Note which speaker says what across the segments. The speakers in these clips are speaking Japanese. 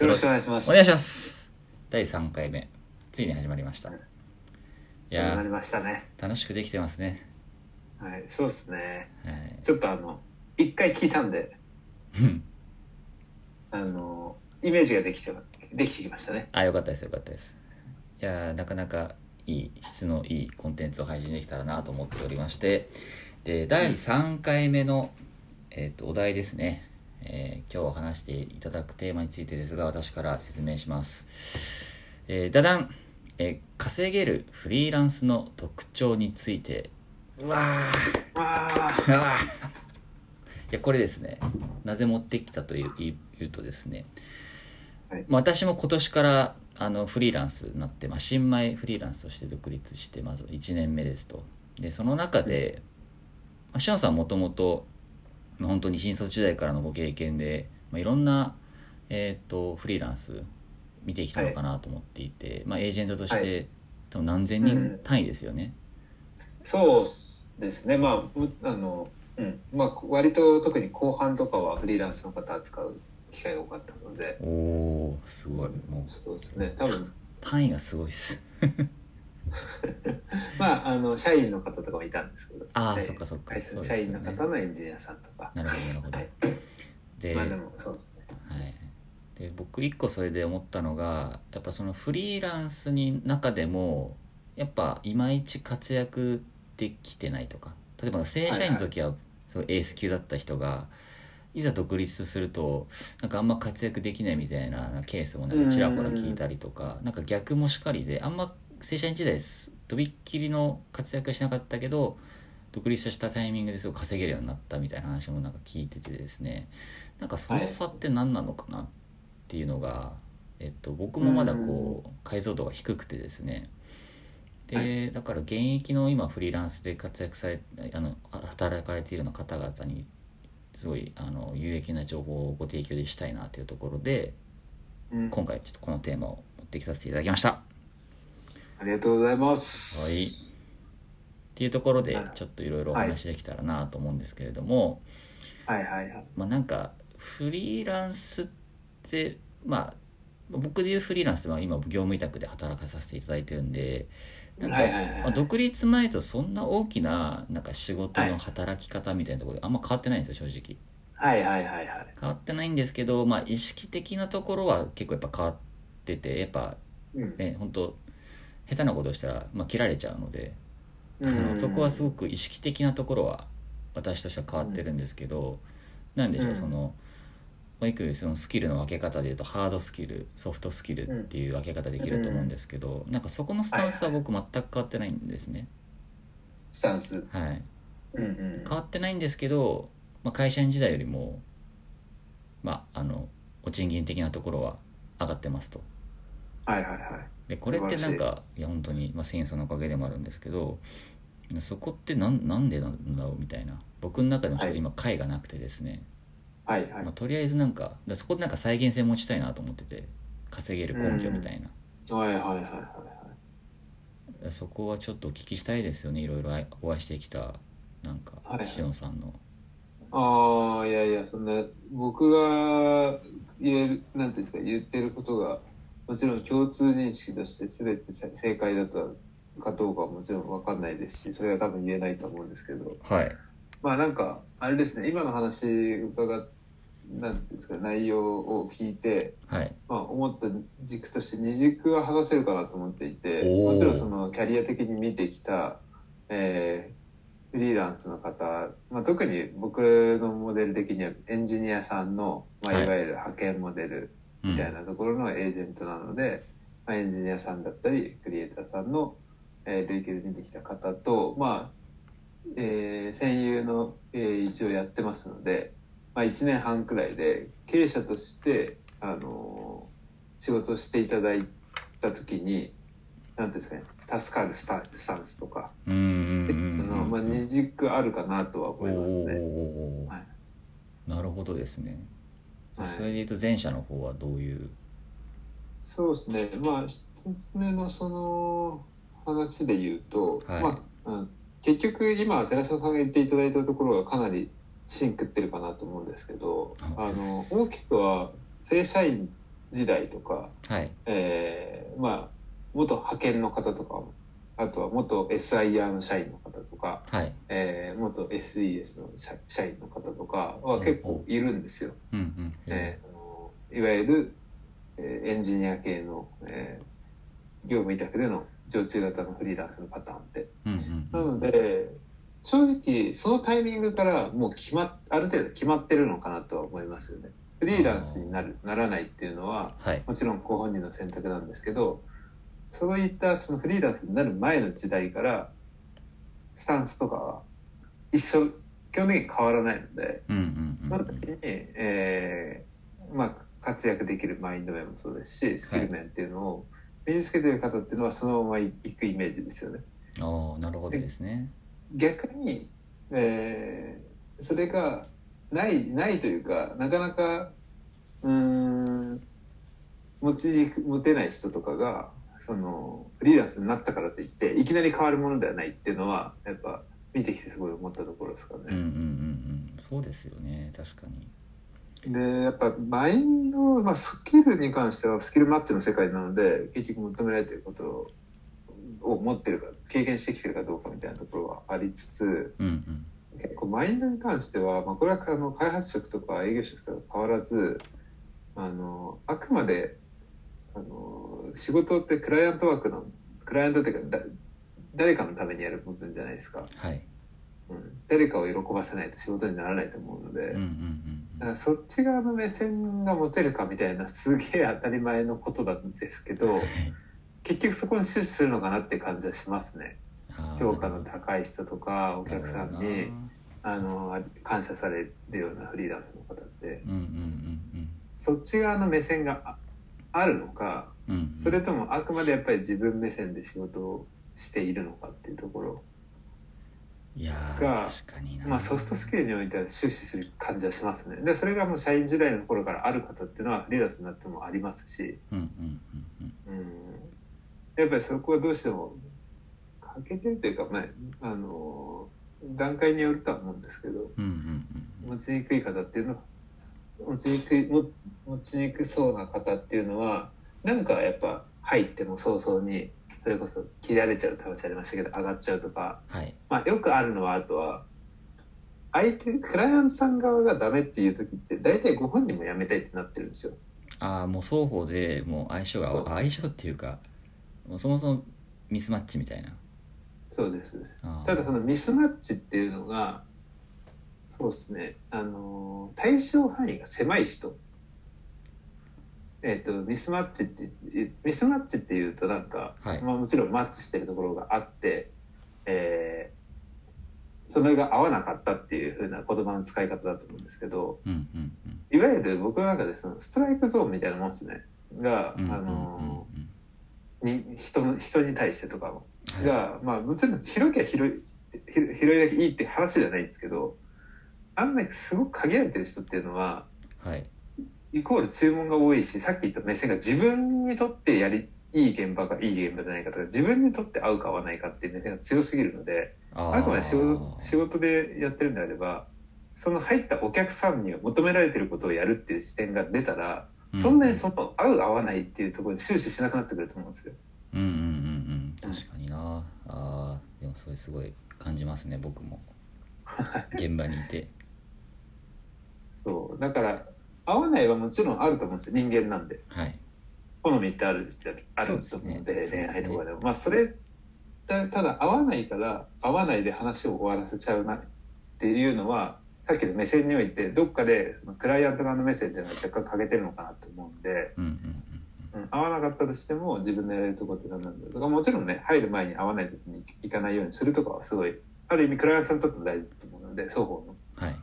Speaker 1: よろしくお願いします。
Speaker 2: お願いしま。す第3回目ついに始まりましたいや
Speaker 1: なり
Speaker 2: ー
Speaker 1: ましたね。
Speaker 2: 楽しくできてますね
Speaker 1: はい、そうですね。
Speaker 2: はい
Speaker 1: ちょっとあの、一回聞いたんで、
Speaker 2: うん
Speaker 1: あの、イメージができて、できてきましたね。
Speaker 2: あよかったですよかったですいやーなかなかいい質のいいコンテンツを配信できたらなと思っておりましてで第3回目の、えー、とお題ですね、えー今日話していただくテーマについてですが私から説明しますえー、ダダン、えー稼げるフリーランスの特徴についてうわー
Speaker 1: わ あ、
Speaker 2: あーいやこれですねなぜ持ってきたという言う言うとですね、
Speaker 1: はい
Speaker 2: まあ私も今年からあのフリーランスになって、まあ、新米フリーランスとして独立してまず1年目ですとでその中で、まあ、シアンさんはもともとまあ本当に新卒時代からのご経験で、まあ、いろんな、えー、とフリーランス見てきたのかなと思っていて、まあ、エージェントとして、
Speaker 1: は
Speaker 2: 多分何千人単位ですよね。
Speaker 1: そうですね。まあ、うあの、うん。まあ、割と特に後半とかはフリーランスの方扱う機会が多かったので、
Speaker 2: おーすごいもう
Speaker 1: そうですね。多分、
Speaker 2: 単位がすごいっす
Speaker 1: まあ、あの、社員の方とかもいたんですけど、
Speaker 2: ああ
Speaker 1: 社員
Speaker 2: そっかそっか
Speaker 1: 会社
Speaker 2: そ
Speaker 1: の
Speaker 2: うです
Speaker 1: 社
Speaker 2: よね
Speaker 1: 員の方のエンジニアさんとか。
Speaker 2: なるほどなるほど
Speaker 1: はい
Speaker 2: で,、
Speaker 1: ま
Speaker 2: は
Speaker 1: あ
Speaker 2: い
Speaker 1: で、も、そうですね。
Speaker 2: で僕一個それで思ったのがやっぱそのフリーランスに中でもやっぱいまいち活躍できてないとか例えば正社員の時はすごいエース級だった人が、いざ独立するとなんかあんま活躍できないみたいなケースもなんかちらほら聞いたりとかなんか逆もしかりであんま正社員時代ですとびっきりの活躍はしなかったけど独立したタイミングですごい稼げるようになったみたいな話もなんか聞いててですねなんかその差って何なのかなっていうのが、えっと、僕もまだこう解像度が低くてですね
Speaker 1: は
Speaker 2: でだから現役の今フリーランスで活躍されあの働かれているような方々にすごいあの有益な情報をご提供したいなというところで
Speaker 1: うん。
Speaker 2: 今回ちょっとこのテーマを持ってきさせていただきました。っ
Speaker 1: ありがとうございます。
Speaker 2: はいていうところで
Speaker 1: はい
Speaker 2: ちょっといろいろお話できたらなと思うんですけれども、
Speaker 1: はいはいはい。
Speaker 2: まあなんかフリーランスってまあ僕で言うフリーランスは今業務委託で働かさせていただいてるんでなんか、
Speaker 1: はいはいはい
Speaker 2: まあ、独立前とそんな大きななんか仕事の働き方みたいなところであんま変わってないんですよ正直
Speaker 1: はいはいはいはい。
Speaker 2: 変わってないんですけど、まあ、意識的なところは結構やっぱ変わっててやっぱ
Speaker 1: うん
Speaker 2: ね本当下手なことをしたら、まあ、切られちゃうので
Speaker 1: う
Speaker 2: あの
Speaker 1: ん
Speaker 2: そこはすごく意識的なところは私としては変わってるんですけど、なんでしょう
Speaker 1: うん
Speaker 2: そのまあよくそのスキルの分け方でいうとハードスキルソフトスキルっていう分け方できると思うんですけど、なんかそこのスタンスは僕全く変わってないんですね。
Speaker 1: スタンス。
Speaker 2: はい、
Speaker 1: うんう
Speaker 2: 変
Speaker 1: ん
Speaker 2: わってないんですけど、まあ、会社員時代よりも、まあ、あのお賃金的なところは上がってますと。
Speaker 1: はいはいはい。
Speaker 2: でこれってなんかいや本当にまあ千円さんのおかげでもあるんですけどそこってなんなんでなんだろうみたいな僕の中でもちょっと今解がなくてですね、
Speaker 1: はいはい
Speaker 2: まあ、。とりあえずなんかだそこでなんか再現性持ちたいなと思ってて稼げる根拠みたいな、
Speaker 1: はいはいはいはい。
Speaker 2: だそこはちょっとお聞きしたいですよねいろいろあいお会いしてきたなんか
Speaker 1: はいはい
Speaker 2: しおんさんの
Speaker 1: ああ、いやいや、そんな、僕が言える、なんていうんですか、言ってることが、もちろん共通認識として全て正解だとかどうかはもちろんわかんないですし、それは多分言えないと思うんですけど、
Speaker 2: はい
Speaker 1: まあなんか、あれですね、今の話伺っ、なんていうんですか、内容を聞いて、
Speaker 2: はい
Speaker 1: まあ、思った軸として二軸は話せるかなと思っていて
Speaker 2: おー
Speaker 1: もちろんそのキャリア的に見てきた、えーフリーランスの方、まあ、特に僕のモデル的にはエンジニアさんの、ま
Speaker 2: は
Speaker 1: あ、
Speaker 2: い
Speaker 1: いわゆる派遣モデル
Speaker 2: うん
Speaker 1: みたいなところのエージェントなので、まあ、エンジニアさんだったりクリエイターさんの、えー、累計で見てきた方と、まあえー、戦友の、えー一応やってますので、まあ、1年半くらいで経営者として、あのー仕事をしていただいた時に何ていうんですかね助かるスタスタンスとか、
Speaker 2: うんうん
Speaker 1: あ
Speaker 2: うん
Speaker 1: の まあ、
Speaker 2: うん
Speaker 1: 二軸あるかなとは
Speaker 2: お
Speaker 1: 思
Speaker 2: ー
Speaker 1: い
Speaker 2: お
Speaker 1: ますね。
Speaker 2: ーおー
Speaker 1: はい
Speaker 2: なるほどですね、
Speaker 1: はい
Speaker 2: それで言うと前者の方はどういう
Speaker 1: そうですね。まあ、一つ目のその話で言うと、
Speaker 2: はい
Speaker 1: まあ、うん、結局今、寺島さんが言っていただいたところがかなりシンクってるかなと思うんですけど、
Speaker 2: は
Speaker 1: あの、大きくは正社員時代とか、
Speaker 2: はい
Speaker 1: えーまあ、元派遣の方とかも、あとは元 SIR の社員の方とか、
Speaker 2: はい
Speaker 1: えー元 SES の社社員の方とかは結構いるんですよ。
Speaker 2: うんうんうん
Speaker 1: えーそのいわゆる、えーエンジニア系の、えー業務委託での常駐型のフリーランスのパターンって。
Speaker 2: うんうん
Speaker 1: なので、正直、そのタイミングからもう決まっ、ある程度決まってるのかなとは思いますよね。フリーランスになる、ならないっていうのは、
Speaker 2: はい
Speaker 1: もちろんご本人の選択なんですけど、そういったそのフリーランスになる前の時代から、スタンスとかは一緒、基本的に変わらないので、
Speaker 2: うんうんうん
Speaker 1: その時に、えーまあ、活躍できるマインド面もそうですし、スキル面っていうのを身につけてる方っていうのはそのままいくイメージですよね。
Speaker 2: ああなるほどですね
Speaker 1: 逆に、えーそれがないないというかなかなかうーん持ち持てない人とかがそのフリーランスになったからといっていきなり変わるものではないっていうのはやっぱ見てきてすごい思ったところですか
Speaker 2: うんうんう
Speaker 1: ね。
Speaker 2: んうんそうですよね確かに
Speaker 1: でやっぱマインド、まあ、スキルに関してはスキルマッチの世界なので結局求められてることを持ってるか経験してきてるかどうかみたいなところはありつつ
Speaker 2: うんうん
Speaker 1: 結構マインドに関しては、まあ、これはあの開発職とか営業職とか変わらずあのあくまであの仕事ってクライアントワークのクライアントっていうかだ誰かのためにやる部分じゃないですか、
Speaker 2: はい
Speaker 1: うん、誰かを喜ばせないと仕事にならないと思うので、
Speaker 2: うんうんうんう
Speaker 1: だか
Speaker 2: ん
Speaker 1: らそっち側の目線が持てるかみたいなすげえ当たり前のことなんですけど
Speaker 2: はい
Speaker 1: 結局そこに終始するのかなって感じはしますね。
Speaker 2: あー
Speaker 1: 評価の高い人とかお
Speaker 2: なる
Speaker 1: 客
Speaker 2: ほど
Speaker 1: さん
Speaker 2: な
Speaker 1: にあの感謝されるようなフリーランスの方って
Speaker 2: うんうん
Speaker 1: そっち側の目線がああるのか
Speaker 2: うんうんうん
Speaker 1: それともあくまでやっぱり自分目線で仕事をしているのかっていうところ
Speaker 2: いやー
Speaker 1: が
Speaker 2: 確かにな
Speaker 1: まあソフトスキルにおいては終始する感じはしますねでそれがもう社員時代の頃からある方っていうのはフリーランスになってもありますし
Speaker 2: うんうんうんうん
Speaker 1: うんやっぱりそこはどうしても欠けてるというかまああの段階によるとは思うんですけど
Speaker 2: うんうん
Speaker 1: 持ちにくい方っていうのは持ちにくいも持ちにくそうな方っていうのはなんかやっぱ入っても早々にそれこそ切られちゃうって話ありましたけど上がっちゃうとか、
Speaker 2: はい
Speaker 1: まあ、よくあるのはあとは相手クライアントさん側がダメっていう時って大体ご本人も辞めたいってなってるんですよ。
Speaker 2: ああもう双方でもう相性
Speaker 1: そう
Speaker 2: が相性っていうかもうそもそもミスマッチみたいな
Speaker 1: そうですそうです
Speaker 2: あー
Speaker 1: ただそのミスマッチっていうのがそうですねあのー対象範囲が狭い人えっ、とミスマッチってえミスマッチっていうとなんか、
Speaker 2: はい
Speaker 1: まあ、もちろんマッチしてるところがあってえーそれが合わなかったっていう風な言葉の使い方だと思うんですけど
Speaker 2: うんうんうん
Speaker 1: いわゆる僕の中でそのストライクゾーンみたいなもんですねが、
Speaker 2: うんうん
Speaker 1: あの
Speaker 2: うんうん
Speaker 1: ーに人の人に対してとかも
Speaker 2: はい
Speaker 1: が、まあ、もちろん広きゃ広い、広広いだけいいって話じゃないんですけど、あんまりすごく限られてる人っていうのは、
Speaker 2: はい
Speaker 1: イコール注文が多いし、さっき言った目線が自分にとってやり、いい現場かいい現場じゃないかとか、自分にとって合うか合わないかっていう目線が強すぎるので、
Speaker 2: あ
Speaker 1: あくまで仕事
Speaker 2: ー
Speaker 1: 仕事でやってるんであれば、その入ったお客さんに求められてることをやるっていう視点が出たら、そんなにその合う合わないっていうところに終始しなくなってくると思うんですよ。
Speaker 2: うんうんうんうん確かになあーでもそれすごい感じますね僕 も現場にいて
Speaker 1: そう。だから、合わないはもちろんあると思うんですよ。人間なんで。
Speaker 2: はい
Speaker 1: 好みってあるじゃあると思うんで
Speaker 2: そうですね
Speaker 1: 恋愛とかでもまあそれたただ合わないから合わないで話を終わらせちゃうなっていうのはさっきの目線においてどっかでそのクライアント側の目線っていうのは若干欠けてるのかなと思うんで、
Speaker 2: うんうんうん
Speaker 1: うん、合わなかったとしても自分のやれるとこって何なんだろうとかもちろんね入る前に合わない時に行かないようにするとかはすごいある意味クライアントさんにとっても大事だと思うので双方の
Speaker 2: はい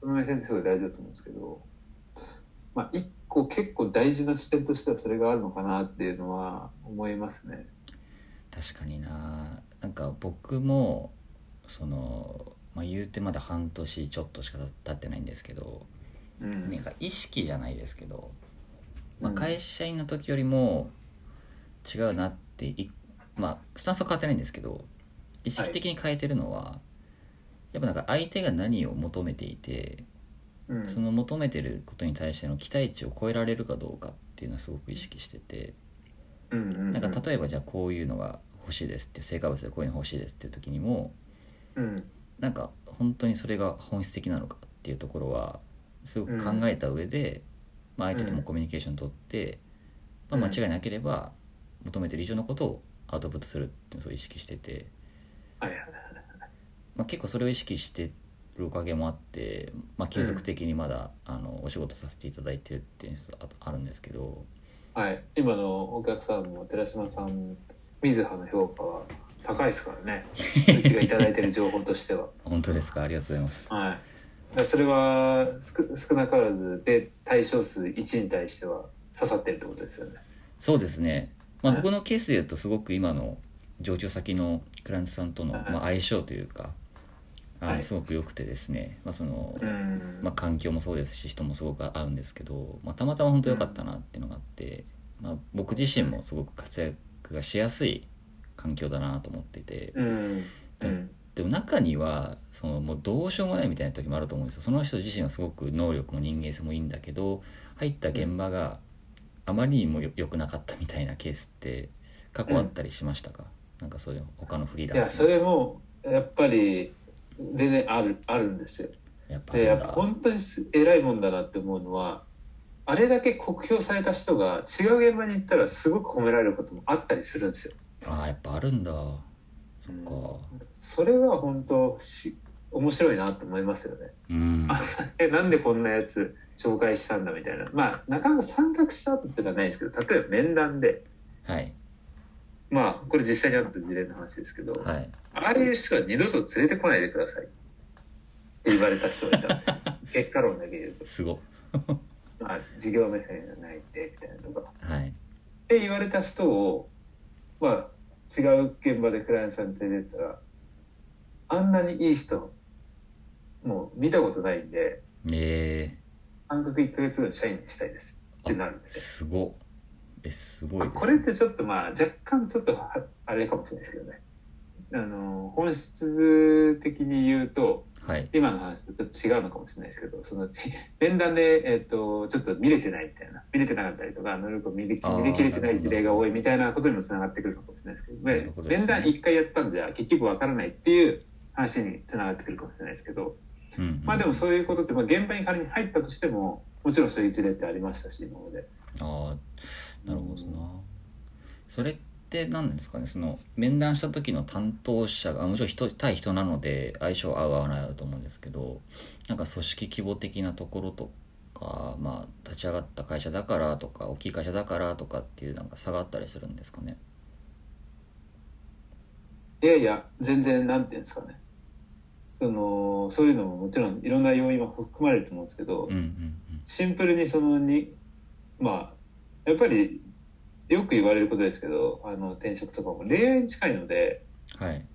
Speaker 1: その目線ってすごい大事だと思うんですけど、まあ、一個結構大事な視点としてはそれがあるのかなっていうのは思いますね。
Speaker 2: 確かにななんか僕もその、まあ、言うてまだ半年ちょっとしか経ってないんですけど
Speaker 1: うん
Speaker 2: なんか意識じゃないですけど、まあ、
Speaker 1: うん
Speaker 2: 会社員の時よりも違うなっていまあスタンスは変わってないんですけど意識的に変えてるのは、やっぱなんか相手が何を求めていて
Speaker 1: うん
Speaker 2: その求めてることに対しての期待値を超えられるかどうかっていうのはすごく意識してて
Speaker 1: うんうんうん、
Speaker 2: なんか例えばじゃあこういうのが欲しいですって成果物でこういうの欲しいですっていう時にも
Speaker 1: うん
Speaker 2: なんか本当にそれが本質的なのかっていうところはすごく考えた上で、まあ、相手ともコミュニケーション取って、
Speaker 1: うん
Speaker 2: まあ、間違いなければ求めてる以上のことをアウトプットするっていうのをそう意識してて、
Speaker 1: はいはい
Speaker 2: まあ、結構それを意識してるおかげもあって、まあ、継続的にまだ、あのお仕事させていただいてるっていうのがあるんですけど
Speaker 1: はい、今のお客さんも寺島さん水葉の評価は高いですからねうちがいただいてる情報 としては、
Speaker 2: 本当ですかありがとうございます。
Speaker 1: はい、だからそれは少少なからずで対象数1に対しては刺さってるってことですよね
Speaker 2: そうですね、まあ、
Speaker 1: はい
Speaker 2: 僕のケースで言うとすごく今の上場先のクライアントさんとの、
Speaker 1: はい
Speaker 2: まあ、相性というかあ
Speaker 1: は
Speaker 2: の
Speaker 1: い
Speaker 2: すごく良くてですね、まあその
Speaker 1: うん
Speaker 2: まあ、環境もそうですし人もすごく合うんですけど、まあ、たまたま本当良かったなっていうのがあって、まあ、僕自身もすごく活躍がしやすい環境だなと思ってて
Speaker 1: うんうん
Speaker 2: でも中にはそのもうどうしようもないみたいな時もあると思うんですよその人自身はすごく能力も人間性もいいんだけど入った現場があまりにもよ良くなかったみたいなケースって過去あったりしましたか、なんかそういう他のフリー
Speaker 1: い
Speaker 2: ラ
Speaker 1: や
Speaker 2: ンス
Speaker 1: それもやっぱり全然あるあるんですよ
Speaker 2: やっぱ
Speaker 1: でやっぱ
Speaker 2: は
Speaker 1: 本当にす偉いもんだなって思うのはあれだけ酷評された人が違う現場に行ったらすごく褒められることもあったりするんですよ。
Speaker 2: ああやっぱあるんだそっか
Speaker 1: それは本当し面白いなと思います よね。
Speaker 2: うん
Speaker 1: あえなんでこんなやつ紹介したんだみたいなまあなかなか参画した後っていうのはないんですけど例えば面談で
Speaker 2: はい
Speaker 1: まあこれ実際にあった事例の話ですけど、
Speaker 2: はい
Speaker 1: ああいう人は二度と連れてこないでくださいって言われた人がいたんです 結果論だけ言うと、
Speaker 2: すご
Speaker 1: まあ、事業目線がないってみたいなのが。
Speaker 2: はい
Speaker 1: って言われた人を、まあ、違う現場でクライアントさんに連れてったらあんなにいい人もう見たことないんで
Speaker 2: え
Speaker 1: 半額1ヶ月後に社員にしたいですってなるんで
Speaker 2: ー、すごえすごい
Speaker 1: まあ
Speaker 2: です、ね、
Speaker 1: これってちょっとまあ若干ちょっとはあれかもしれないですけどねあの本質的に言うと
Speaker 2: はい
Speaker 1: 今の話とちょっと違うのかもしれないですけどそのう ち面談で、えっとちょっと見れてないみたいな見れてなかったりとか能力を見れ
Speaker 2: あー
Speaker 1: 見れきれてない事例が多いみたいなことにもつながってくるのかもしれないですけど
Speaker 2: なるほどですね
Speaker 1: 面談一回やったんじゃ結局わからないっていう話につながってくるかもしれないですけど、
Speaker 2: うんうん
Speaker 1: まあでもそういうことって、まあ、現場に仮に入ったとしてももちろんそういう事例ってありましたし今まで。
Speaker 2: ああなるほどな、それって何なんですかねその面談した時の担当者があもちろん人対人なので相性合う合わないだと思うんですけどなんか組織規模的なところとかまあ立ち上がった会社だからとか大きい会社だからとかっていうなんか差があったりするんですかね
Speaker 1: いやいや、全然、なんていうんですかね。その、そういうのももちろんいろんな要因は含まれると思うんですけど
Speaker 2: うん、うん
Speaker 1: シンプルにそのに、まあ、やっぱり、よく言われることですけど、あの、転職とかも恋愛に近いので、
Speaker 2: うんはい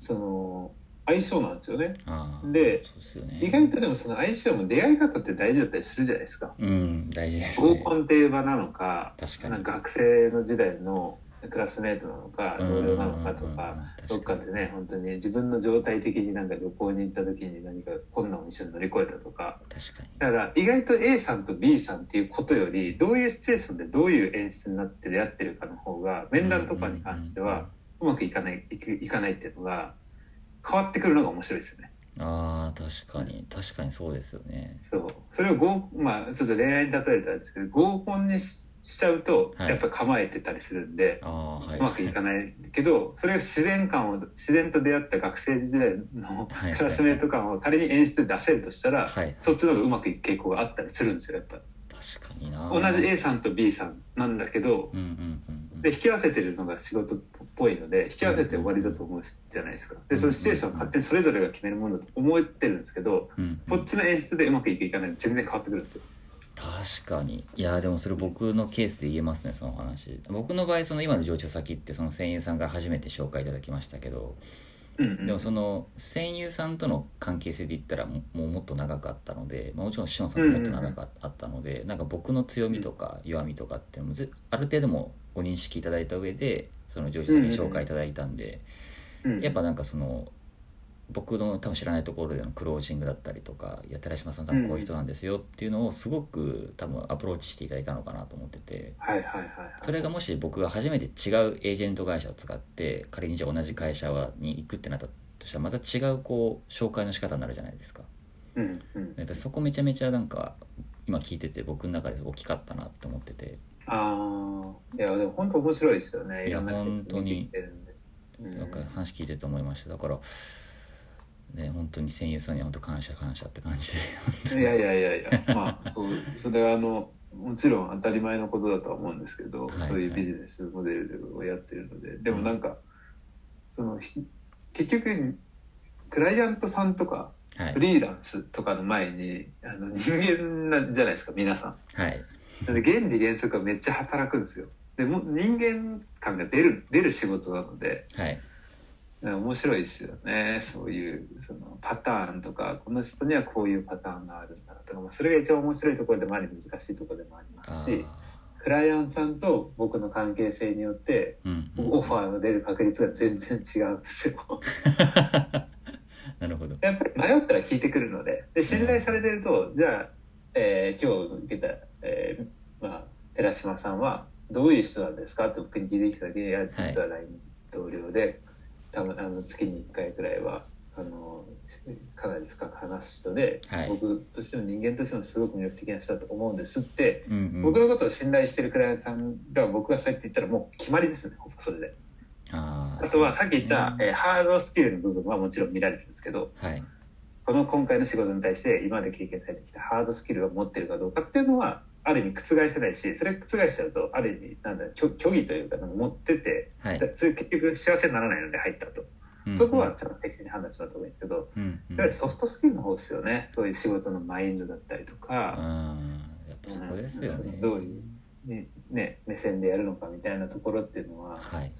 Speaker 1: その、相性なんですよね。
Speaker 2: ああ
Speaker 1: で
Speaker 2: そうですよね
Speaker 1: 意外とでもその相性も出会い方って大事だったりするじゃないですか。
Speaker 2: うん大事です
Speaker 1: 合
Speaker 2: ね
Speaker 1: コンっていう場なのか、
Speaker 2: 確か
Speaker 1: なん
Speaker 2: に
Speaker 1: か学生の時代のクラスメートなのか、同僚なのかとか、どっかでね本当に自分の状態的になんか旅行に行った時に何か困難を一緒に乗り越えたとか
Speaker 2: 確かに
Speaker 1: だから意外と A さんと B さんっていうことよりどういうシチュエーションでどういう演出になって出会ってるかの方が面談とかに関してはうまくいかないいくいかないっていうのが変わってくるのが面白いですよね。
Speaker 2: ああ確かに確かにそうですよね
Speaker 1: そうそれを合まあちょっと恋愛に例えたらですけど合コンにししちゃうと
Speaker 2: はい
Speaker 1: やっぱ構えてたりするんで。
Speaker 2: ああはいう
Speaker 1: まくいかないけどそれが自然感を自然と出会った学生時代の
Speaker 2: はい
Speaker 1: クラスメート感を仮に演出で出せるとしたら、
Speaker 2: はい
Speaker 1: そっちの方がうまくいく傾向があったりするんですよやっ
Speaker 2: 確かにな
Speaker 1: ぱ同じ A さんと B さんなんだけど
Speaker 2: うんうんうんうん
Speaker 1: で引き合わせてるのが仕事っぽいので引き合わせて終わりだと思うじゃないですかでそのシチュエーションは勝手にそれぞれが決めるものだと思ってるんですけど
Speaker 2: うんう
Speaker 1: こ
Speaker 2: ん
Speaker 1: っちの演出でうまくいくいかないの全然変わってくるんですよ。
Speaker 2: 確かにいやでもそれ僕のケースで言えますねその話僕の場合その今の常駐先ってその声優さんから初めて紹介いただきましたけど
Speaker 1: うんうん
Speaker 2: でもその声優さんとの関係性で言ったらもうもうもっと長かったので、まあ、もちろんシオンさんともっと長かったので、なんか僕の強みとか弱みとかっていうのもぜある程度もご認識いただいた上でその上司さんに紹介いただいたんで、
Speaker 1: うん
Speaker 2: やっぱなんかその僕の多分知らないところでのクロージングだったりとかいや寺島さん多分こういう人なんですよっていうのをすごく多分アプローチしていただいたのかなと思ってて
Speaker 1: はいはいはい
Speaker 2: それがもし僕が初めて違うエージェント会社を使って仮にじゃあ同じ会社に行くってなったとしたらまた違うこう紹介の仕方になるじゃないですか。
Speaker 1: うんうん
Speaker 2: やっぱりそこめちゃめちゃなんか今聞いてて僕の中で大きかったなって思ってて、
Speaker 1: ああいやでも本当面白いですよね
Speaker 2: いや
Speaker 1: いろんなケース
Speaker 2: 本当
Speaker 1: 見
Speaker 2: に
Speaker 1: てきてるんでうん
Speaker 2: なんか話聞いてて思いましただからね本当に声優さんには本当感謝感謝って感じで
Speaker 1: いやいやいやいや、まあ、そうそれはあのもちろん当たり前のことだとは思うんですけど、
Speaker 2: はいはい
Speaker 1: そういうビジネスモデルをやってるのででもなんか、そのひ結局クライアントさんとか
Speaker 2: はい
Speaker 1: フリーランスとかの前にあの人間なんじゃないですか皆さん。
Speaker 2: はい
Speaker 1: なので原理原則はめっちゃ働くんですよ。でも人間感が出る出る仕事なので
Speaker 2: はい
Speaker 1: 面白いですよねそういうそのパターンとかこの人にはこういうパターンがあるんだなとか、まあ、それが一番面白いところでもあり難しいところでもありま
Speaker 2: あ
Speaker 1: す
Speaker 2: ー
Speaker 1: しクライアントさんと僕の関係性によって
Speaker 2: うんうん
Speaker 1: オファーの出る確率が全然違うんですよ。
Speaker 2: なるほど
Speaker 1: やっぱり迷ったら聞いてくるのでで信頼されてるとじゃあ、えー今日受けた、えーまあ、寺島さんはどういう人なんですかって僕に聞いてきた時にいや実は LINE 同僚で、たまあの月に1回くらいはあのかなり深く話す人で、
Speaker 2: はい
Speaker 1: 僕としても人間としてもすごく魅力的な人だと思うんですって、
Speaker 2: うんうん
Speaker 1: 僕のことを信頼してるクライアントさんが僕がそうやって言ったらもう決まりですねほぼそれで。
Speaker 2: あー
Speaker 1: あとはさっき言った、
Speaker 2: ね
Speaker 1: えーハードスキルの部分はもちろん見られてるんですけど
Speaker 2: はい
Speaker 1: この今回の仕事に対して今まで経験されてきたハードスキルを持ってるかどうかっていうのはある意味覆せないしそれ覆しちゃうとある意味なんだ虚虚偽というかなんか持ってて
Speaker 2: は
Speaker 1: だ
Speaker 2: い
Speaker 1: からそれ結局幸せにならないので入ったとそこはちょっと適正に判断してもらった方がいいんですけど
Speaker 2: うんうん
Speaker 1: やはりソフトスキルの方ですよねそういう仕事のマインドだったりとか、
Speaker 2: あーやっぱそこですよ
Speaker 1: う
Speaker 2: ね
Speaker 1: んどういうねね目線でやるのかみたいなところっていうのは
Speaker 2: はい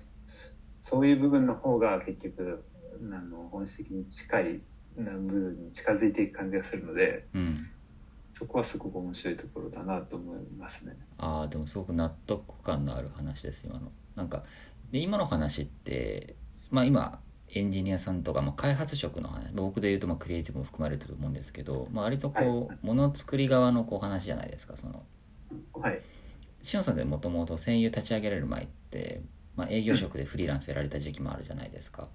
Speaker 1: そういう部分の方が結局あの本質的に近いな部分に近づいていく感じがするので。
Speaker 2: うん
Speaker 1: そこはすごく面白いところだなと思いますね。
Speaker 2: ああでもすごく納得感のある話です今のなんかで今の話ってまあ今エンジニアさんとか、まあ、開発職の話僕で言うとまあクリエイティブも含まれてると思うんですけど、まあ、割とこうもの作り側のこう話じゃないですかその
Speaker 1: はい。
Speaker 2: しおんさんでもともと声優立ち上げられる前って、まあ、営業職でフリーランスやられた時期もあるじゃないですか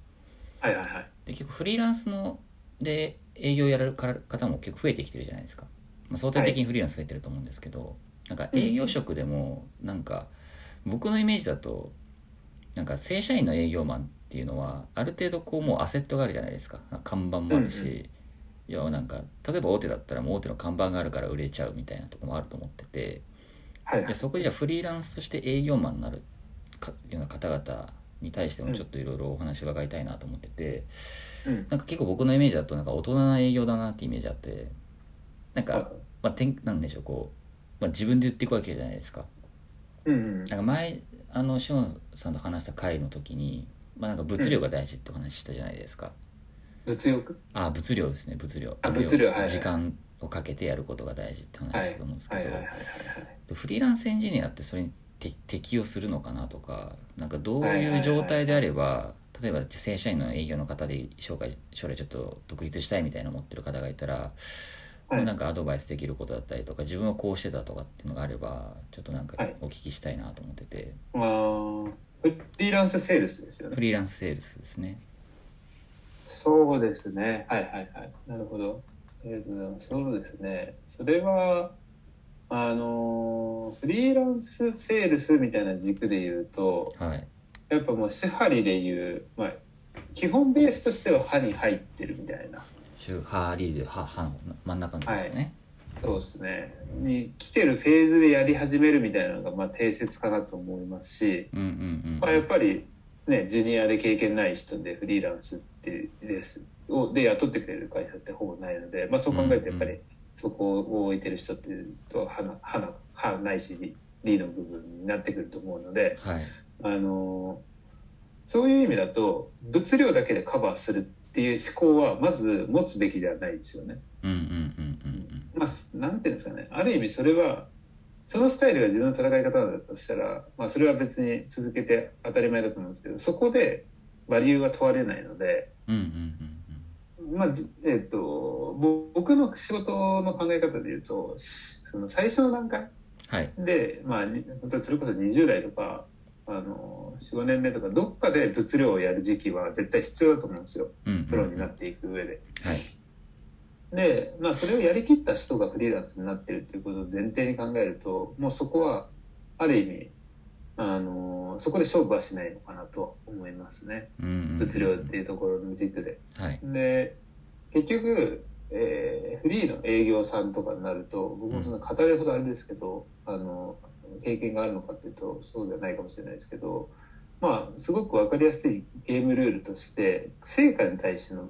Speaker 1: はいはいはい。
Speaker 2: で結構フリーランスので営業やられる方も結構増えてきてるじゃないですか、まあ、相対的にフリーランス増えてると思うんですけど、なんか営業職でもなんか僕のイメージだとなんか正社員の営業マンっていうのはある程度こうもうアセットがあるじゃないですか看板もあるし、
Speaker 1: うんう
Speaker 2: 要はなんか例えば大手だったらもう大手の看板があるから売れちゃうみたいなとこもあると思ってて、
Speaker 1: はいは
Speaker 2: で
Speaker 1: い。
Speaker 2: そこでじゃあフリーランスとして営業マンになるかような方々に対してもちょっといろいろお話伺いたいなと思ってて、
Speaker 1: うん
Speaker 2: なんか結構僕のイメージだとなんか大人な営業だなってイメージあってなんか、まあ、てんなんでしょうこう、まあ、自分で言っていくわけじゃないですか。
Speaker 1: うんうん。
Speaker 2: なんか前あのしおんさんと話した回の時に、まあ、なんか物量が大事ってお話したじゃないですか。
Speaker 1: 物欲
Speaker 2: あ物量ですね物量
Speaker 1: あ物量はいはい
Speaker 2: 時間をかけてやることが大事って話だと思うんですけ
Speaker 1: はい
Speaker 2: ど、
Speaker 1: はいはいはい。
Speaker 2: でフリーランスエンジニアってそれに適適用するのかなとかなんかどういう状態であれば、例えば正社員の営業の方で将来将来ちょっと独立したいみたいな思ってる方がいたら、
Speaker 1: はい
Speaker 2: なんかアドバイスできることだったりとか自分はこうしてたとかっていうのがあればちょっとなんか
Speaker 1: はい
Speaker 2: お聞きしたいなと思ってて、
Speaker 1: あーフリーランスセールスですよ
Speaker 2: フ
Speaker 1: ね。
Speaker 2: リーランスセールスですね
Speaker 1: そうですね。はいはいはい。なるほど。ありがとうございます。そうですね。それは、あのー、フリーランスセールスみたいな軸で言うと、
Speaker 2: はい
Speaker 1: やっぱもう支配で言う、まあ、基本ベースとしては歯に入ってるみたいな。
Speaker 2: 週ハーリーでハハの真ん中のとこですよね、
Speaker 1: そうですね。に来てるフェーズでやり始めるみたいなのがまあ定説かなと思いますし、
Speaker 2: うんうんうん、
Speaker 1: まあ、やっぱりねジュニアで経験ない人でフリーランスってですをで雇ってくれる会社ってほぼないので、まあ、そう考えるとやっぱ
Speaker 2: うん
Speaker 1: りそこを置いてる人っていうと歯な歯な歯ないし D の部分になってくると思うので、
Speaker 2: はい
Speaker 1: あのそういう意味だと物量だけでカバーするっていう思考はまず持つべきではないですよね。
Speaker 2: うんうんうんうんうん
Speaker 1: まあ、すなんていうんですかねある意味それはそのスタイルが自分の戦い方だとしたら、まあ、それは別に続けて当たり前だと思うんですけどそこでバリューが問われないので
Speaker 2: うんうんうんうん
Speaker 1: まあ、じえっ、と、ぼ僕の仕事の考え方で言うと、その最初の段階
Speaker 2: はい
Speaker 1: で、まあ、に本当にそれこそ20代とか、あの、4、5年目とか、どっかで物量をやる時期は絶対必要だと思うんですよ。
Speaker 2: うん
Speaker 1: プロにな
Speaker 2: は
Speaker 1: っていく上で。
Speaker 2: い
Speaker 1: で、まあ、それをやりきった人がフリーランスになってるっていうことを前提に考えると、もうそこは、ある意味、あの、そこで勝負はしないのかなとは思いますね。
Speaker 2: うんうんうん
Speaker 1: 物量っていうところの軸で。
Speaker 2: はい
Speaker 1: で結局、えーフリーの営業さんとかになると僕もそんな語れるほどあれですけど、あの経験があるのかっていうとそうではないかもしれないですけどまあすごく分かりやすいゲームルールとして成果に対しての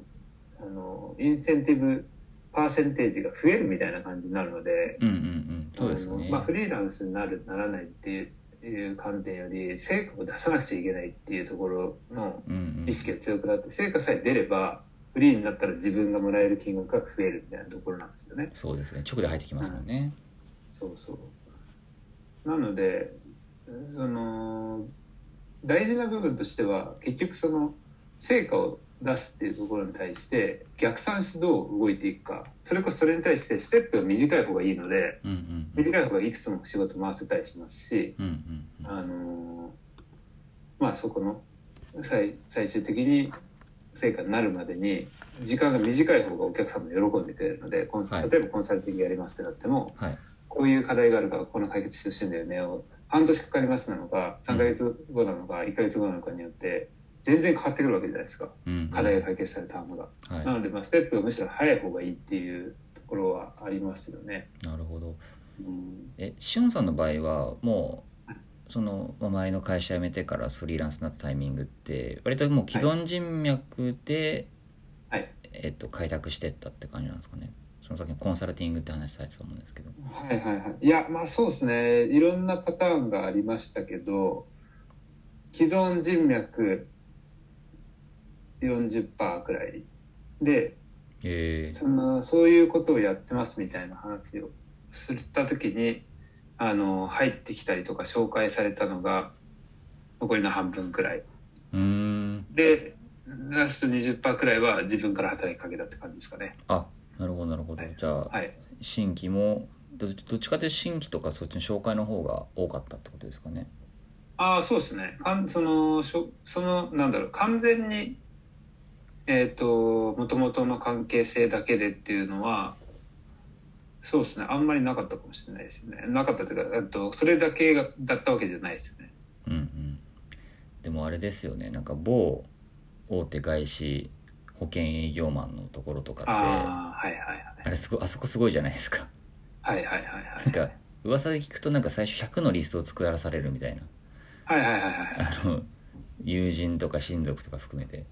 Speaker 1: あのインセンティブパーセンテージが増えるみたいな感じになるので。
Speaker 2: うんうんうんそうですよ
Speaker 1: あ
Speaker 2: ね
Speaker 1: のまあ、フリーランスになるならないっていう観点より成果を出さなくちゃいけないっていうところの
Speaker 2: うんうん
Speaker 1: 意識が強くなって成果さえ出ればフリーになったら自分がもらえる金額が増えるみたいなところなんですよね。
Speaker 2: そうですね直で入ってきますもんね
Speaker 1: そうそうなのでその大事な部分としては結局その成果を出すっていうところに対して逆算してどう動いていくかそれこそそれに対してステップが短い方がいいので
Speaker 2: うんうんうん
Speaker 1: 短い方がいくつも仕事回せたりしますし
Speaker 2: うんうんうん
Speaker 1: あのまあそこの最最終的に成果になるまでに時間が短い方がお客さんも喜んでくれるので、こん
Speaker 2: はい
Speaker 1: 例えばコンサルティングやりますってなっても
Speaker 2: はい
Speaker 1: こういう課題があるからこの解決してほしいんだよねを半年かかりますなのか3ヶ月後なのか1ヶ月後なのかによって全然変わってくるわけじゃないですか
Speaker 2: うんうん
Speaker 1: 課題が解決されたものが。
Speaker 2: はい
Speaker 1: なのでまあステップがむしろ早い方がいいっていうところはありますよね。
Speaker 2: なるほど
Speaker 1: うん
Speaker 2: えしおんさんの場合はもうそのまあ前の会社辞めてからフリーランスになったタイミングって割ともう既存人脈で、
Speaker 1: はい
Speaker 2: えっと、開拓してったって感じなんですかねその先にコンサルティングって話されてたと思うんですけど
Speaker 1: はいはいはい。いや、まあそうですね。いろんなパターンがありましたけど、既存人脈40%くらいで、
Speaker 2: えー、
Speaker 1: そんな、そういうことをやってますみたいな話をするった時に、あの、入ってきたりとか紹介されたのが、残りの半分くらいう
Speaker 2: ーん
Speaker 1: で、ラスト20%くらいは自分から働きかけたって感じですかね。
Speaker 2: あなるほどなるほど、
Speaker 1: はい
Speaker 2: じゃあ、
Speaker 1: はい。
Speaker 2: 新規もどどっちかというと新規とかそっちの紹介の方が多かったってことですかね
Speaker 1: ああ、そうですね。かんその、しょその、なんだろう、完全に、えっ、と、もともとの関係性だけでっていうのは、そうですね。あんまりなかったかもしれないですね。なかったというか、えっと、それだけがだったわけじゃないですね。
Speaker 2: うんうんでもあれですよねなんか某大手外資保険営業マンのところとかって
Speaker 1: ああ、はいはい
Speaker 2: あれすごいあそこすごいじゃないです か
Speaker 1: はい。はいはいはい
Speaker 2: なん
Speaker 1: はい。
Speaker 2: か噂で聞くとなんか最初100のリストを作らされるみたいな
Speaker 1: はいはいはいはい。
Speaker 2: あの友人とか親族とか含めて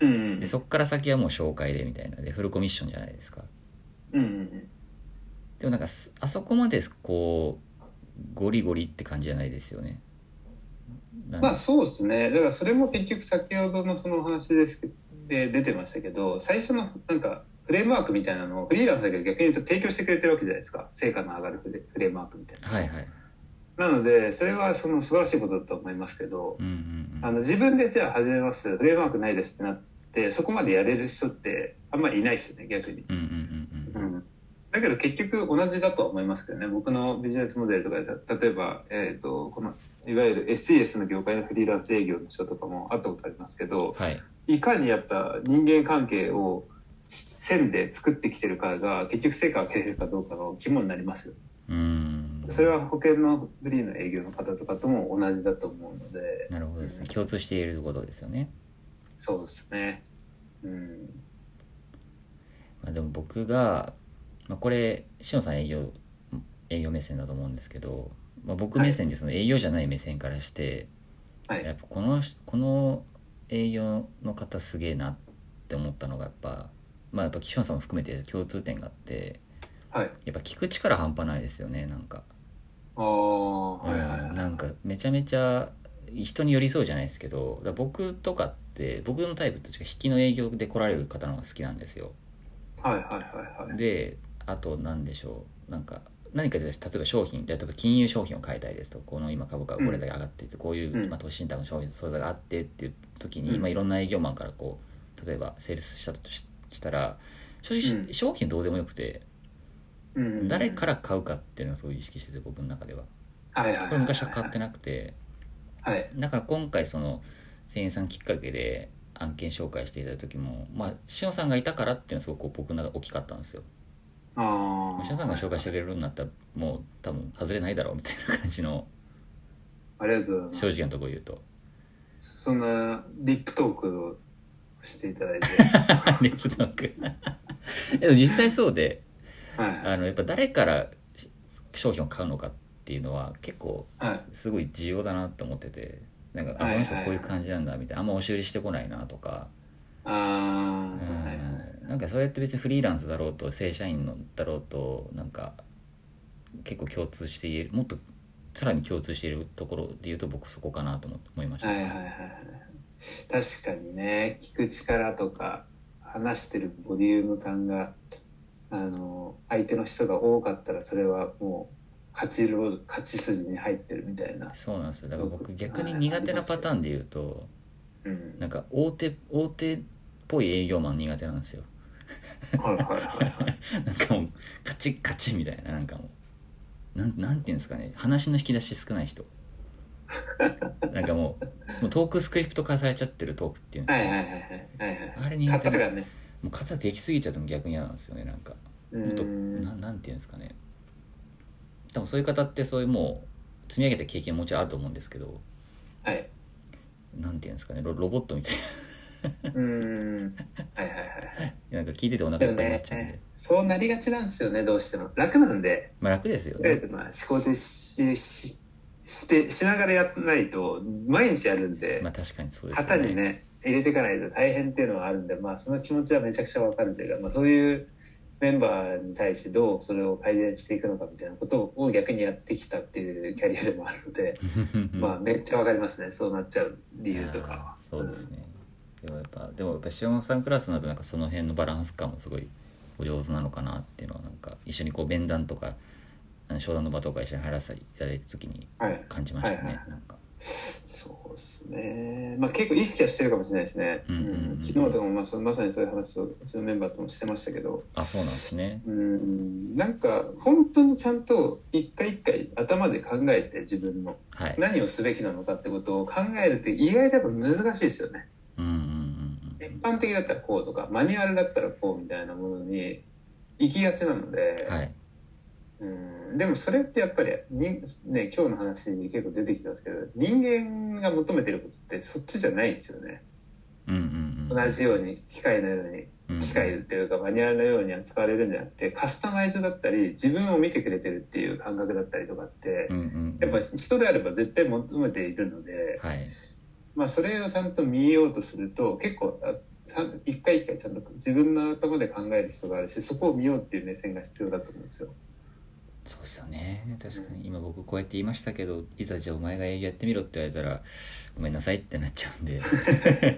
Speaker 1: うんうん。
Speaker 2: でそっから先はもう紹介でみたいなでフルコミッションじゃないですか
Speaker 1: うんうん
Speaker 2: でもなんかすあそこまでこうゴリゴリって感じじゃないですよね
Speaker 1: うん。まあそうですね。だからそれも結局先ほどのそのお話ですけで出てましたけど、最初のなんかフレームワークみたいなのをフリーランスだけど逆に言うと提供してくれてるわけじゃないですか。成果の上がるフレフレームワークみたいな。
Speaker 2: はいはい
Speaker 1: なので、それはその素晴らしいことだと思いますけど、
Speaker 2: うんうんう
Speaker 1: あ
Speaker 2: ん
Speaker 1: の自分でじゃあ始めます、フレームワークないですってなって、そこまでやれる人ってあんまりいないですよね、逆に。
Speaker 2: うんうんうんうん
Speaker 1: だけど結局同じだとは思いますけどね、僕のビジネスモデルとかで、例えば、えっ、と、この、いわゆる SES の業界のフリーランス営業の人とかも会ったことありますけど、
Speaker 2: はい
Speaker 1: いかにやった人間関係を線で作ってきてるかが、結局成果を上げれるかどうかの肝になりますよね
Speaker 2: うん
Speaker 1: それは保険のフリーの営業の方とかとも同じだと思うので、
Speaker 2: なるほどですね共通していることですよね
Speaker 1: そうですね。うん。
Speaker 2: まあ、でも僕が、まあ、これしのさん営業営業目線だと思うんですけど、まあ、僕目線でその営業じゃない目線からして、
Speaker 1: はい
Speaker 2: やっぱこのこの営業の方すげえなって思ったのがやっぱまあやっぱしのさんも含めて共通点があって
Speaker 1: はい。
Speaker 2: やっぱ聞く力半端ないですよねなんか、
Speaker 1: ああ、はいはいはい。
Speaker 2: うんなんかめちゃめちゃ人に寄り添うじゃないですけどだから僕とかって僕のタイプと違う引きの営業で来られる方の方が好きなんですよ。
Speaker 1: はいはいはいはい。
Speaker 2: であと何でしょうなんか何かで例えば商品例えば金融商品を買いたいですとこの今株価がこれだけ上がっていて、こういう、
Speaker 1: うん
Speaker 2: まあ、投資信託の商品それがあってっていう時に、
Speaker 1: うん
Speaker 2: まあ、いろんな営業マンからこう例えばセールスしたとししたら正直、
Speaker 1: うん
Speaker 2: 商品どうでもよくて
Speaker 1: うん
Speaker 2: 誰から買うかっていうのをすごい意識してて僕の中では
Speaker 1: はいはいはい
Speaker 2: これ昔は買ってなくて
Speaker 1: はい
Speaker 2: だから今回その店員さんきっかけで案件紹介していただいた時もまあしおさんがいたからっていうのはすごく僕の中で大きかったんですよ
Speaker 1: あー
Speaker 2: しおさんが紹介してくれるようになったらもう多分外れないだろうみたいな感じの
Speaker 1: ありがとうござい
Speaker 2: 正
Speaker 1: ます
Speaker 2: 直なところ言う と
Speaker 1: そんなリップトークをしていた だいて
Speaker 2: リップトーク でも実際そうで
Speaker 1: はい
Speaker 2: あのやっぱ誰からし商品を買うのかっていうのは結構
Speaker 1: はい
Speaker 2: すごい重要だなと思っててなんかあ
Speaker 1: はい
Speaker 2: こ
Speaker 1: は
Speaker 2: の
Speaker 1: い
Speaker 2: 人こういう感じなんだみたいなあんま押し売りしてこないなとか、
Speaker 1: あ
Speaker 2: う
Speaker 1: あ
Speaker 2: ん
Speaker 1: はいはい
Speaker 2: なんかそれって別にフリーランスだろうと正社員のだろうとなんか結構共通しているもっとさらに共通しているところで言うと僕そこかなと思思いました、
Speaker 1: はいはいはいはい確かにね聞く力とか話してるボリューム感があの相手の人が多かったらそれはもう勝ちろ勝ち筋に入ってるみたいな、
Speaker 2: そうなんですよだから僕
Speaker 1: 僕
Speaker 2: 逆に
Speaker 1: はい
Speaker 2: 苦手なパターンで言うと
Speaker 1: うん、
Speaker 2: なんか大手大手っぽい営業マン苦手なんですよ
Speaker 1: はいはいはいはい
Speaker 2: なんかもうカチッカチッみたいななんかもうなんなんていうんですかね話の引き出し少ない人 なんかもうもうトークスクリプト化されちゃってるトークっていうんです
Speaker 1: は
Speaker 2: か
Speaker 1: いはいはいはいはいはい
Speaker 2: あれ苦手
Speaker 1: 型
Speaker 2: な
Speaker 1: がね
Speaker 2: もう肩できすぎちゃっても逆に嫌なんですよねなんか
Speaker 1: う
Speaker 2: もっと
Speaker 1: ん
Speaker 2: ななんていうんですかね多分そういう方ってそういうもう積み上げた経験もちろんあると思うんですけど
Speaker 1: はい
Speaker 2: なんていうんですかねロロボットみたい
Speaker 1: うんはいはいはいはい
Speaker 2: ななんか聞いててお腹
Speaker 1: で
Speaker 2: いっ
Speaker 1: も
Speaker 2: ぱいになっちゃうんで、
Speaker 1: ねそうなりがちなんですよねどうしても楽なんで
Speaker 2: まあ楽ですよ
Speaker 1: とりあえ
Speaker 2: ね
Speaker 1: ずまあ思考停止しししてしながらやってないと毎日やるんで、
Speaker 2: まあ確かにそうですよ
Speaker 1: 型 にね入れていかないと大変っていうのはあるんで、まあ、その気持ちはめちゃくちゃわかるというか、まあ、そういうメンバーに対してどうそれを改善していくのかみたいなことを逆にやってきたっていうキャリアでもあるので、まあめっちゃわかりますねそうなっちゃう理由と
Speaker 2: い
Speaker 1: かは。
Speaker 2: やーそうですね、でもやっぱでもやっぱ塩さんクラスになるとなんかその辺のバランス感もすごいお上手なのかなっていうのはなんか一緒にこう面談とかあの商談の場とか一緒に入らせていただいた時に
Speaker 1: うんはい、
Speaker 2: 感じましたね、
Speaker 1: はいは
Speaker 2: なんか
Speaker 1: そうですね、まあ、結構意識はしてるかもしれないですね、
Speaker 2: うんうんうん
Speaker 1: 昨日とかもまあそのまさにそういう話をうちのメンバーともしてましたけど、
Speaker 2: あそうなんですね
Speaker 1: うんなんか本当にちゃんと一回一回頭で考えて自分の
Speaker 2: はい
Speaker 1: 何をすべきなのかってことを考えるって意外とやっぱ難しいですよね。
Speaker 2: うんうんうん
Speaker 1: 一般的だったらこうとかマニュアルだったらこうみたいなものに行きがちなので、
Speaker 2: うんはい
Speaker 1: うんでもそれってやっぱりに、ね、今日の話に結構出てきたんですけど人間が求めてることってそっちじゃないんですよね。
Speaker 2: うんうんうん
Speaker 1: 同じように機械のように
Speaker 2: うん
Speaker 1: 機械っていうかマニュアルのように扱われるんじゃなくてカスタマイズだったり自分を見てくれてるっていう感覚だったりとかって
Speaker 2: うんうんう
Speaker 1: やっ
Speaker 2: ん
Speaker 1: ぱ人であれば絶対求めているので、
Speaker 2: はい
Speaker 1: まあ、それをちゃんと見ようとすると結構あちゃんと一回一回ちゃんと自分の頭で考える必要があるしそこを見ようっていう目線が必要だと思うんですよ。
Speaker 2: そうですよね確かに今僕こうやって言いましたけどいざじゃあお前が営業やってみろって言われたらごめんなさいってなっちゃうん で申し訳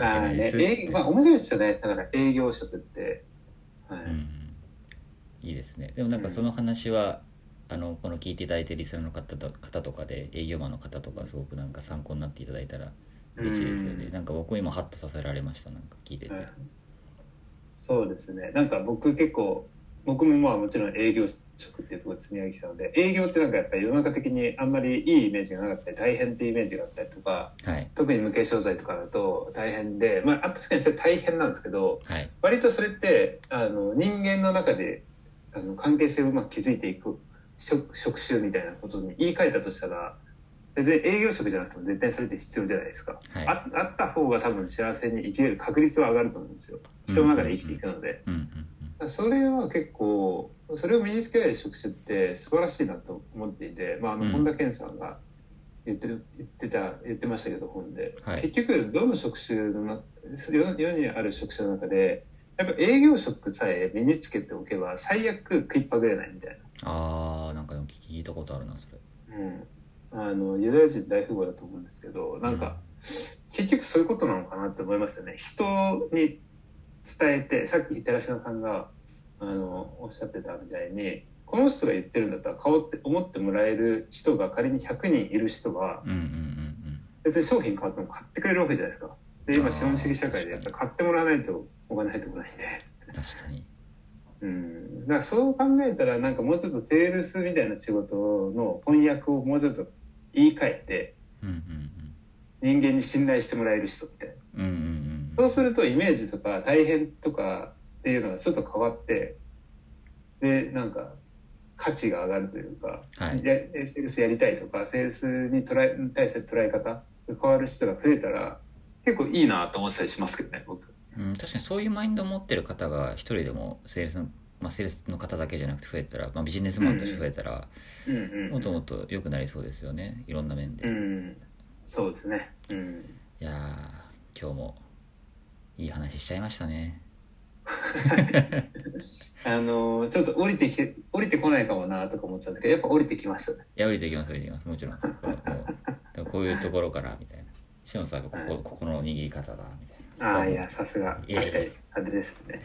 Speaker 1: まあ
Speaker 2: ないで
Speaker 1: ね
Speaker 2: す、
Speaker 1: えいまあ、面白いですよねだから営業職って。はい
Speaker 2: うんいいですねでもなんかその話は、あのこの聞いていただいてるリスナーの方と方とかで営業マンの方とかすごくなんか参考になっていただいたら嬉しいですよね
Speaker 1: うん
Speaker 2: なんか僕も今ハッとさせられましたなんか聞いてて、
Speaker 1: はいそうですねなんか僕結構僕もまあもちろん営業職っていうところで積み上げてきたので営業ってなんかやっぱり世の中的にあんまりいいイメージがなかったり大変っていうイメージがあったりとか
Speaker 2: はい
Speaker 1: 特に無形商材とかだと大変でまああ確かにそれ大変なんですけど
Speaker 2: はい
Speaker 1: 割とそれってあの人間の中であの関係性をうまく築いていく職職種みたいなことに言い換えたとしたら別に営業職じゃなくても絶対それって必要じゃないですか。
Speaker 2: はい
Speaker 1: ああった方が多分幸せに生きれる確率は上がると思うんですよ人の中で生きていくので、
Speaker 2: うんうん
Speaker 1: それは結構それを身につけられる職種って素晴らしいなと思っていて、まあ、あ
Speaker 2: うん
Speaker 1: の本田健さんが言ってる言ってた言ってましたけど本で、
Speaker 2: はい
Speaker 1: 結局どの職種のな世の世にある職種の中でやっぱ営業職さえ身につけておけば最悪食いっぱぐれないみたいな。
Speaker 2: あーなんかでも聞いたことあるなそれ
Speaker 1: うんあのユダヤ人大富豪だと思うんですけどなんか、結局そういうことなのかなって思いますよね人に伝えてさっき寺島さんがあのおっしゃってたみたいにこの人が言ってるんだったら顔って思ってもらえる人が仮に100人いる人は
Speaker 2: うんうんうん
Speaker 1: 別に商品買っても買ってくれるわけじゃないですか。で
Speaker 2: あ
Speaker 1: 今
Speaker 2: ー
Speaker 1: 資本主義社会でやっぱ買ってもらわないとお金入ってこないんで。
Speaker 2: 確かに
Speaker 1: うん、だからそう考えたらなんかもうちょっとセールスみたいな仕事の翻訳をもうちょっと言い換えて
Speaker 2: うん
Speaker 1: 人間に信頼してもらえる人みたいな
Speaker 2: うんうんうんうんう
Speaker 1: そ
Speaker 2: ん
Speaker 1: うするとイメージとか大変とかっていうのがちょっと変わってでなんか価値が上がるというか、
Speaker 2: はい
Speaker 1: やセールスやりたいとかセールスに捉えに対して捉え方が変わる人が増えたら結構いいなと思ってたりしますけどね僕。
Speaker 2: うん、確かにそういうマインドを持ってる方が一人でもセールスの、まあ、セールスの方だけじゃなくて増えたら、まあ、ビジネスマンとして増えたら、
Speaker 1: うんうん
Speaker 2: もっともっと良くなりそうですよねいろんな面で、い
Speaker 1: うん、そうですね、うん
Speaker 2: やー今日もいい話しちゃいましたね
Speaker 1: あのーちょっと降りてきて降りてこないかもなとか思ってたんですけどやっぱ降りてきましたね
Speaker 2: いや降りていきます降りていきますもちろんそこはもうでもこういうところからみたいな志野さんがここ,、
Speaker 1: はい
Speaker 2: ここの握り方だみたいなそこ
Speaker 1: あ
Speaker 2: は
Speaker 1: あ
Speaker 2: もう
Speaker 1: いやさすが
Speaker 2: いやいや
Speaker 1: 確かにあれですね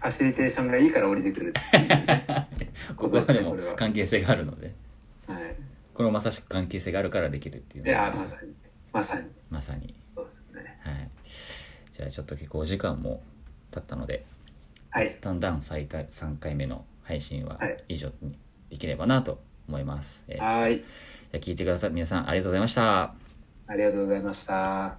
Speaker 1: ファシリテーションがいいから降りてくる
Speaker 2: ここはでも
Speaker 1: これは
Speaker 2: 関係性があるので
Speaker 1: はい
Speaker 2: これもまさしく関係性があるからできるっていう
Speaker 1: い
Speaker 2: の
Speaker 1: や
Speaker 2: が
Speaker 1: ーまさにまさに
Speaker 2: まさに
Speaker 1: そうですね
Speaker 2: はいじゃあちょっと結構お時間も経ったので
Speaker 1: はい
Speaker 2: だんだん再開3回目の配信は
Speaker 1: はい
Speaker 2: 以上にできればなと思います、えー
Speaker 1: はーい
Speaker 2: じゃあ聞いてください皆さんありがとうございました
Speaker 1: ありがとうございました